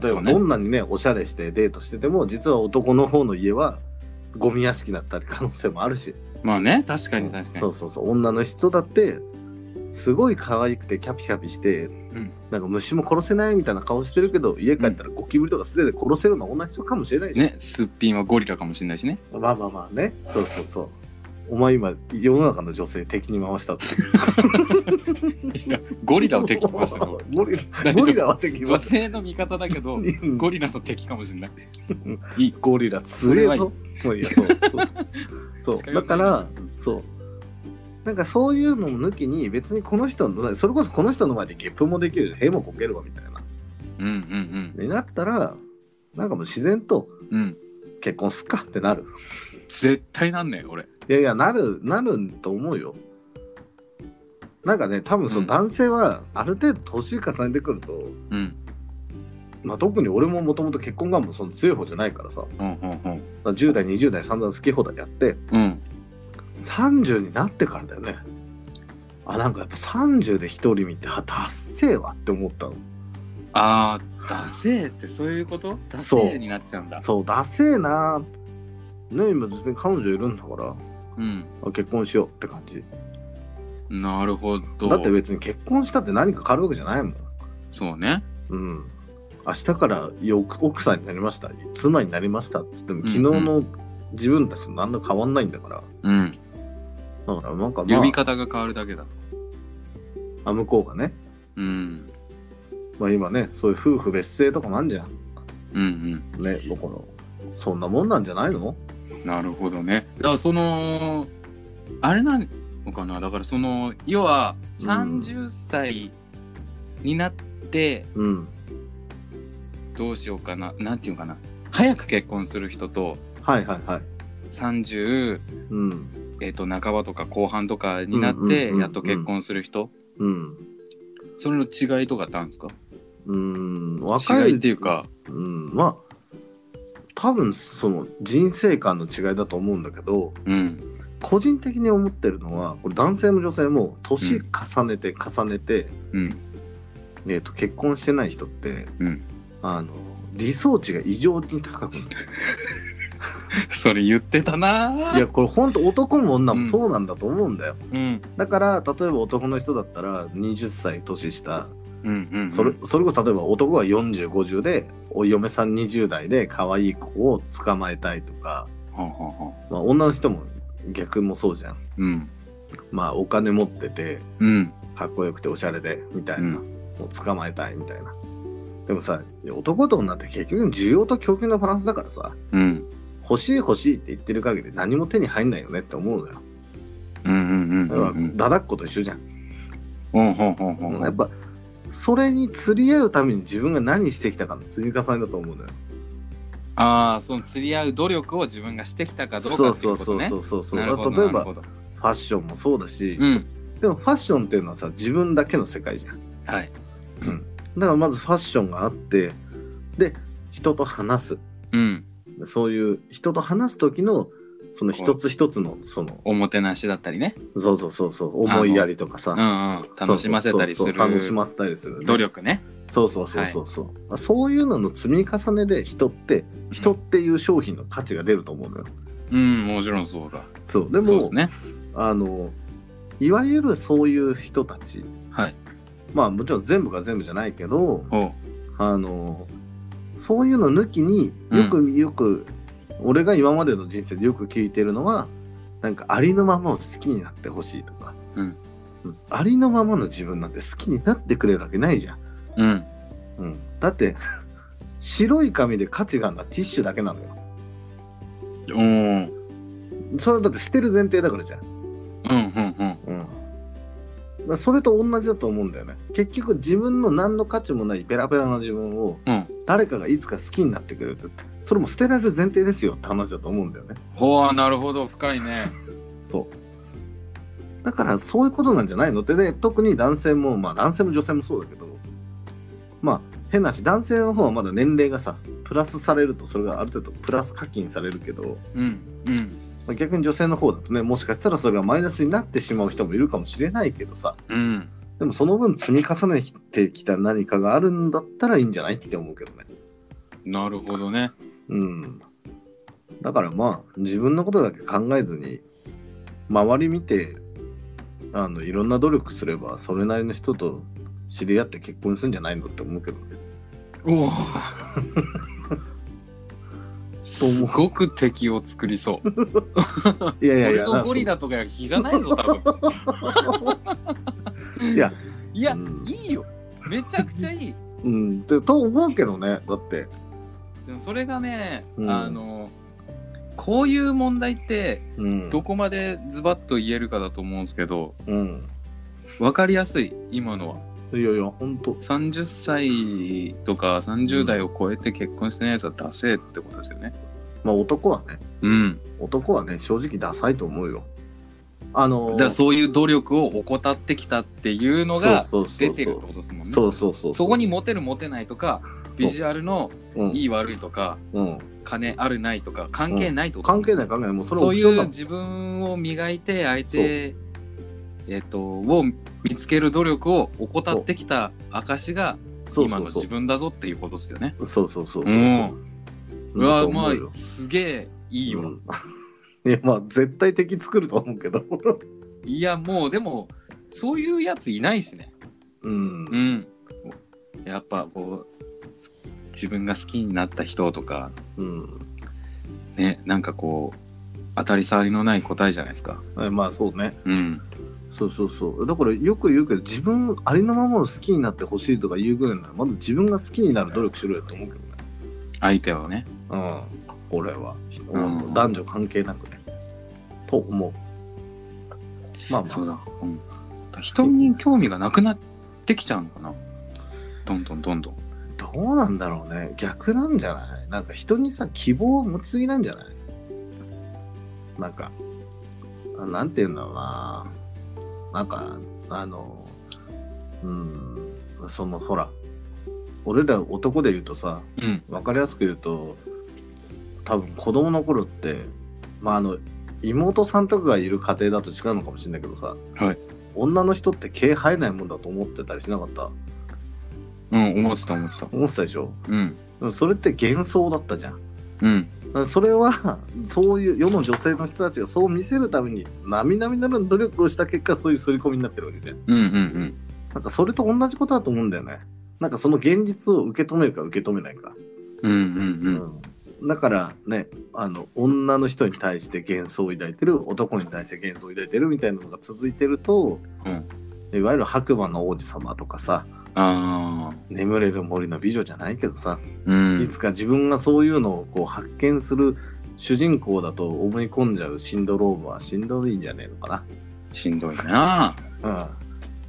A: 例え
B: そ
A: ば
B: うね
A: どんなにね、おしゃれしてデートしてても、実は男の方の家はゴミ屋敷だったり可能性もあるし。
B: うん。まあね、確かに確かに。
A: そうそうそう。女の人だって、すごい可愛くてキャピキャピして、
B: ん
A: なんか虫も殺せないみたいな顔してるけど、家帰ったらゴキブリとか素手で殺せるのは同じ人かもしれないじゃん。
B: ね、すっぴんはゴリラかもしれないしね。
A: まあまあまあね。そうそうそう。お前今、世の中の女性敵に回したって。
B: いや、 ゴリラを敵にましたよ。
A: ゴリラ
B: 大丈夫
A: ゴリラは敵に
B: 女
A: ました。
B: 性の味方だけど、ゴリラの敵かもしれない。いい。
A: ゴリラ強えぞ。もういいやそうそうそ
B: 近
A: う
B: 寄
A: だ
B: んない
A: からそうなんかそういうのも抜きに別にこの人のそれこそこの人の前でゲップもできるし屁もこけるわみたいな
B: うんうん
A: になったらなんかもう自然と
B: うん。うん。
A: 結婚すっかってなる
B: 絶対なんねん俺
A: いやいや、なる、なると思うよ。なんかね、多分その男性は、ある程度年重ねてくると、
B: うん
A: まあ、特に俺ももともと結婚願望その強い方じゃないからさ、だか
B: うんうん
A: ら10代、20代散々好き放題やって、
B: うんうん
A: 30になってからだよね。あ、なんかやっぱ30で一人見て、は、達成はって思ったの。
B: あーダセーってそういうことダセ
A: そう
B: ーになっちゃうんだ
A: そう、ダセえなね、今別に彼女いるんだから、
B: うん
A: あ結婚しようって感じ。
B: なるほど
A: だって別に結婚したって何か変わるわけじゃないもん。
B: そうね
A: うん、明日からよ奥さんになりました妻になりましたっつっても
B: うんう
A: 昨
B: ん
A: 日の自分たちと何ら変わんないんだから、
B: うん
A: だからなんかま
B: 呼
A: あ
B: び方が変わるだけだ
A: あ向こうがね、
B: うん
A: まあ、今ねそういう夫婦別姓とかもあんじゃん
B: うん
A: ねだからそんなもんなんじゃないの
B: うんなるほどねだからそのあれなのかなだからその要は
A: うん
B: 30歳になって
A: うん
B: どうしようかななんていうのかな早く結婚する人と
A: はいはいはい
B: 30
A: うん
B: えっと半ばとか後半とかになって
A: うんうんうんうん
B: やっと結婚する人、
A: うん
B: それの違いとかってあるんですか
A: うん若
B: 違いっていうか、
A: うんまあ多分その人生観の違いだと思うんだけど
B: うん、
A: 個人的に思ってるのはこれ男性も女性も年重ねて重ねて、
B: うん、
A: えー、と結婚してない人って、
B: うん
A: あの理想値が異常に高くなる
B: それ言ってたない
A: や、これ本当男も女もそうなんだと思うんだよ、
B: うん、
A: だから例えば男の人だったら20歳年下
B: うん、うん、
A: それそれこそ例えば男は4050でお嫁さん20代で可愛い子を捕まえたいとか、
B: はんはんはん
A: まあ、女の人も逆もそうじゃん
B: うん、
A: まあお金持ってて
B: うん、
A: かっこよくておしゃれでみたいな、
B: う
A: もう捕まえたいみたいなでもさ男と女って結局需要と供給のバランスだからさ
B: うん、
A: 欲しい欲しいって言ってる限り何も手に入んないよねって思うのよ。
B: うん、うん、うん、
A: だ
B: う
A: から
B: ん、
A: だだっこと一緒じゃん。
B: うん、ほんほんほんほ
A: やっ
B: ん
A: ぱそれに釣り合うために自分が何してきたかの積み重ねだと思うのよ。
B: ああ、その釣り合う努力を自分がしてきたかどう
A: そ
B: か
A: う
B: ってい
A: そううそ
B: こと
A: う
B: ね
A: そ。うそうそう。
B: なるほど、
A: 例え
B: なる
A: ば
B: ほど。
A: ファッションもそうだし、
B: うん、
A: でもファッションっていうのはさ自分だけの世界じゃん。
B: はい。
A: だからまずファッションがあってで人と話す
B: うん、
A: そういう人と話す時のその一つ一つのその
B: おもてなしだったりね。
A: そうそうそうそう思いやりとか
B: う
A: さ
B: ん、うん、楽しませたりす
A: そう
B: る
A: そうそう楽しませたりするね
B: 努力ね。
A: そうそうそうそうそう、まあそういうのの積み重ねで人って人っていう商品の価値が出ると思うのよ。
B: うん、もちろんそうだ。
A: そうでも
B: そうですね。
A: あのいわゆるそういう人たち
B: はい。
A: まあもちろん全部が全部じゃないけど
B: おう
A: あのそういうの抜きによくよく、俺が今までの人生でよく聞いてるのはなんかありのままを好きになってほしいとか、
B: うん
A: うんありのままの自分なんて好きになってくれるわけないじゃん。
B: うん。
A: うん、だって 白い紙で価値があるのはティッシュだけなのよ
B: おー
A: それはだって捨てる前提だからじゃん、
B: うんうんうん
A: うん、だからそれと同じだと思うんだよね結局自分の何の価値もないベラベラな自分を
B: うん
A: 誰かがいつか好きになってくれるってそれも捨てられる前提ですよって話だと思うんだよね
B: ほうなるほど深いね
A: そうだからそういうことなんじゃないのってね特に男性もまあ男性も女性もそうだけどまあ変なし男性の方はまだ年齢がさプラスされるとそれがある程度プラス課金されるけど、
B: うんうん
A: まあ逆に女性の方だとねもしかしたらそれがマイナスになってしまう人もいるかもしれないけどさ
B: うん
A: でもその分積み重ねてきた何かがあるんだったらいいんじゃないって思うけどね
B: なるほどね
A: うんだからまあ自分のことだけ考えずに周り見てあのいろんな努力すればそれなりの人と知り合って結婚するんじゃないのって思うけどね
B: おお
A: と思
B: す
A: う
B: ごく敵を作りそう
A: いやいやい
B: 俺
A: や
B: のゴリラとかより比じゃないぞ多 分
A: いや
B: いや
A: うん
B: いいよめちゃくちゃいい
A: うんってと思うけどねだって
B: でもそれがね、
A: うん
B: あのこういう問題って
A: うん
B: どこまでズバッと言えるかだと思うんですけど
A: うん
B: 分かりやすい今のはい
A: やいやほんと
B: 30歳とか30代を超えて結婚してないやつはダセーってことですよね
A: まあ男はね、
B: うん。
A: 男はね、正直ダサいと思うよ。あの
B: だ
A: ー、
B: からそういう努力を怠ってきたっていうのが
A: そうそうそうそう
B: 出てるってことですもんね。
A: そうそうそう。
B: そこにモテるモテないとか、ビジュアルの
A: うん、
B: いい悪いとか、
A: うん。
B: 金あるないとか、関係ないってこと
A: 関
B: です
A: 係
B: もん
A: ない関係ない。もうそれ
B: そうい
A: オプションだ
B: う
A: もん
B: 自分を磨いて、相手、えっと、を見つける努力を怠ってきた証が、
A: そう
B: 今の
A: そう
B: 自分だぞっていうことですよね。
A: そう。そうそうそう。
B: うん。う
A: だ
B: わ、
A: と思
B: ま
A: うよ
B: あ、すげえいいわ。
A: うんいや、まあ、絶対敵作ると思うけど。
B: いや、もう、でも、そういうやついないしね。
A: うん
B: う。ん。やっぱ、こう、自分が好きになった人とか、
A: うん。
B: ね、なんかこう、当たり障りのない答えじゃないですか。
A: えまあ、そうね。
B: うん。
A: そうそうそう。だから、よく言うけど、自分、ありのままを好きになってほしいとか言うぐらいなら、まず自分が好きになる努力しろよと思うけどね。
B: 相手をね。
A: うん。これは。
B: ん
A: 男女関係なくね。と思う。まあまあ
B: そうだ。うん。人に興味がなくなってきちゃうのかな。どんどんどんどん。
A: どうなんだろうね逆なんじゃないなんか人にさ希望を持ちすぎなんじゃないなんかあなんて言うんだろうななんかあのうんそのほら俺ら男で言うとさ
B: うん。
A: 分かりやすく言うと多分子供の頃ってまああの妹さんとかがいる家庭だと違うのかもしれないけどさ、
B: はい
A: 女の人って毛生えないもんだと思ってたりしなかった
B: うん、思ってた思ってた。
A: 思ってたでしょ
B: うん。
A: でもそれって幻想だったじゃん。
B: うん。
A: それはそういう世の女性の人たちがそう見せるために並々ならぬ努力をした結果そういう刷り込みになってるわけじゃん。
B: うんうんうん。
A: なんかそれと同じことだと思うんだよね。なんかその現実を受け止めるか受け止めないか。
B: うんうんうん。
A: うんだからねあの女の人に対して幻想を抱いてる男に対して幻想を抱いてるみたいなのが続いてると、いわゆる白馬の王子様とかさ
B: ああ。
A: 眠れる森の美女じゃないけどさ
B: う
A: い
B: ん
A: つ。か自分がそういうのをこう発見する主人公だと思い込んじゃうシンドロームはしんどいんじゃねえのか
B: しんどいな。
A: な。うん。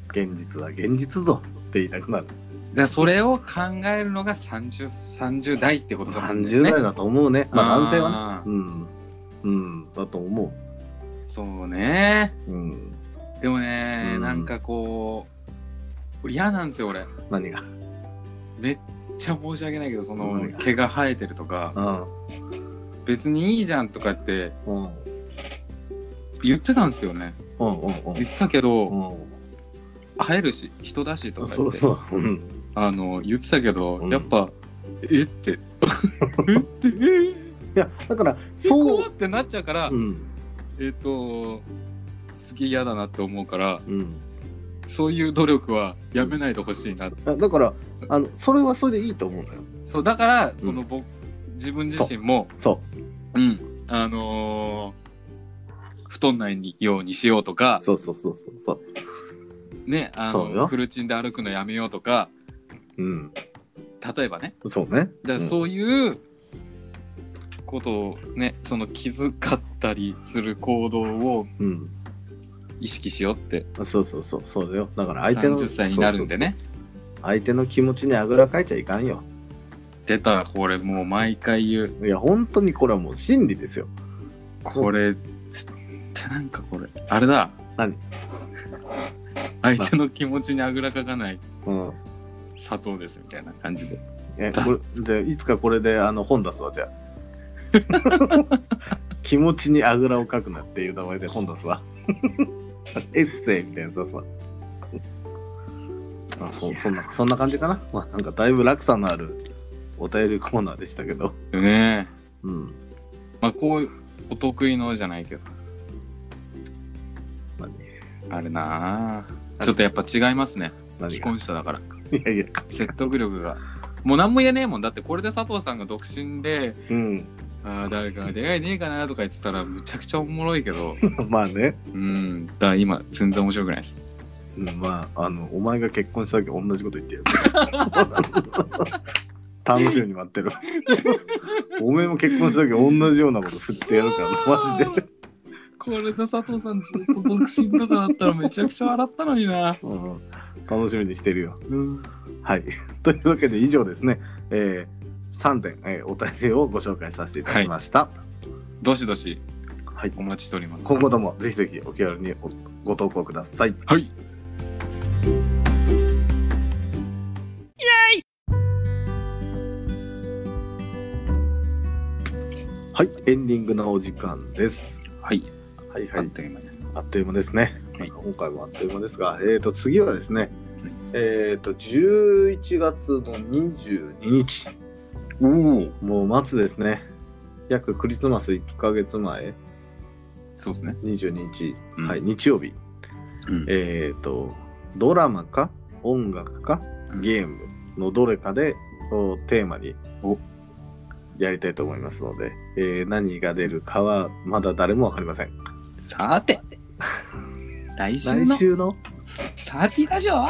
A: 現実は現実ぞって言いたくなる。
B: だからそれを考えるのが30、30代ってことかもしれないです
A: 30
B: ね。
A: 代だと思うね。まあ男性はね。
B: ね。
A: うん。うん。だと思
B: そうね。
A: う。うん。
B: でもね、
A: うん
B: なんかこう、嫌なんですよ、俺。
A: 何が。
B: めっちゃ申し訳ないけど、その
A: うん、
B: 毛が生えてるとか、
A: う
B: 別にいいじゃんとかって
A: ん。うん。
B: 言ってたんですよね。
A: うん。うん。うん
B: 言ってたけど、
A: う
B: 生えるし、人だしと
A: ん。
B: か
A: そ
B: 言っ
A: う
B: て、
A: そう。うん。
B: あの、言ってたけど、
A: うん
B: やっぱ、 えって、えって、えー
A: いや、だから、
B: そう
A: そう。
B: ってなっちゃうから、
A: うん。
B: えっと、すげえ嫌だなって思うから、
A: うん。
B: そういう努力はやめないでほしいなって。
A: だから、あの、それはそれでいいと思うのよ。
B: そう、だから、その、僕、自分自身も、
A: そ
B: うん、あのー太んないようにしようとか
A: う。、そうそうそうそう。そう。
B: ね、あ
A: そうよ
B: のフルチンで歩くのやめようとか、
A: うん。
B: 例えばね、
A: そうね。
B: だから
A: うん
B: そういうことをね、その気遣ったりする行動を
A: うん。
B: 意識しようって、
A: そうそうそう、そうだよ。だから相手の、
B: 30歳になるんでね。
A: そうそうそう相手の気持ちにあぐらかいちゃいかんよ。
B: 出た、これもう毎回言う。
A: いや、本当にこれはもう真理ですよ。
B: これ、絶対なんかこれ、あれだ。
A: 何
B: 相手の気持ちにあぐらかかない
A: うん。
B: 佐藤ですみたいな感じで。
A: え、これ、じゃあいつかこれであの本出すわ、 じゃあ。気持ちにあぐらをかくなっていう名前で本出すわ。 エッセイみたいなやつ出 すわ。あそそんなそんな感じかな。まあ、なんかだいぶ落差のあるお便りコーナーでしたけど。
B: よね
A: うん。
B: まあこう、お得意のじゃないけど、
A: 何
B: あれなあちょっとやっぱ違いますね。
A: 何
B: 既
A: が
B: 婚者だから。
A: いやいや、
B: 説得力が。もう何も言えねえもん。だってこれで佐藤さんが独身で、
A: うん。
B: あー誰か出会いねえかなとか言ってたらむちゃくちゃおもろいけど、
A: まあね。
B: うん、だから今全然面白くないです。
A: うんまあ、あの、お前が結婚した時同じこと言ってる。楽しみに待ってる。お前も結婚した時同じようなこと振ってやる から、マジで。
B: これで佐藤さんずっと独身とかだったらめちゃくちゃ笑ったのにな。
A: うん、楽しみにしてるよ。
B: うん、
A: はい。というわけで以上ですね。えー3点、えーお便りをご紹介させていただきました。
B: どしどし
A: はい
B: お待ちしております。
A: 今後ともぜひぜひお気軽にごご投稿ください。
B: はい。
A: はい、エンディングのお時間です。
B: はい。
A: はい
B: あ
A: は
B: っ
A: い、
B: という間に。
A: あっという間ですね。
B: はい
A: 今回もあっという間ですが、えー、と次はですね、えー、と11月の22日、
B: おお。
A: もう待つですね、約クリスマス1ヶ月前、
B: そうですね。
A: 22日、
B: うん
A: はい、日曜日、
B: うん
A: えー、とドラマか音楽かゲームのどれかでをテーマに
B: お
A: やりたいと思いますので、えー何が出るかはまだ誰もわかりません。
B: さて、来週
A: 来
B: の
A: 週の
B: サーティーラジオは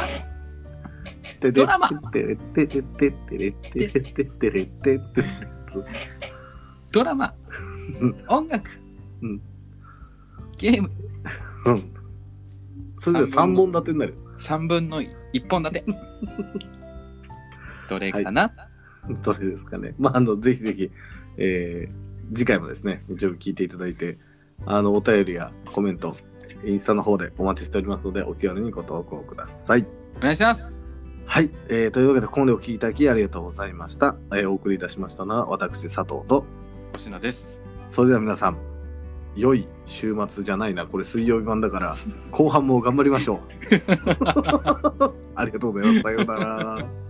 A: ド
B: ラマ
A: テレテレテレテレテレテレテレ
B: ドラマ
A: うん、
B: 音楽
A: うん、
B: ゲーム、
A: うんそれで3本立てになる。
B: 3分の1本立て。どれかな、
A: どれですかね。まあ、あの、ぜひぜひ、えー次回もですね、日曜日聞いていただいて、あの、お便りやコメント、インスタの方でお待ちしておりますので、お気軽にご投稿ください。
B: お願いします。
A: はい、えーというわけで、ここまでお聞きいただきありがとうございました。えーお送りいたしましたのは、私、佐藤と、
B: 星野です。
A: それでは皆さん、良い週末じゃないな、これ水曜日版だ から、後半も頑張りましょう。ありがとうございます。さようなら。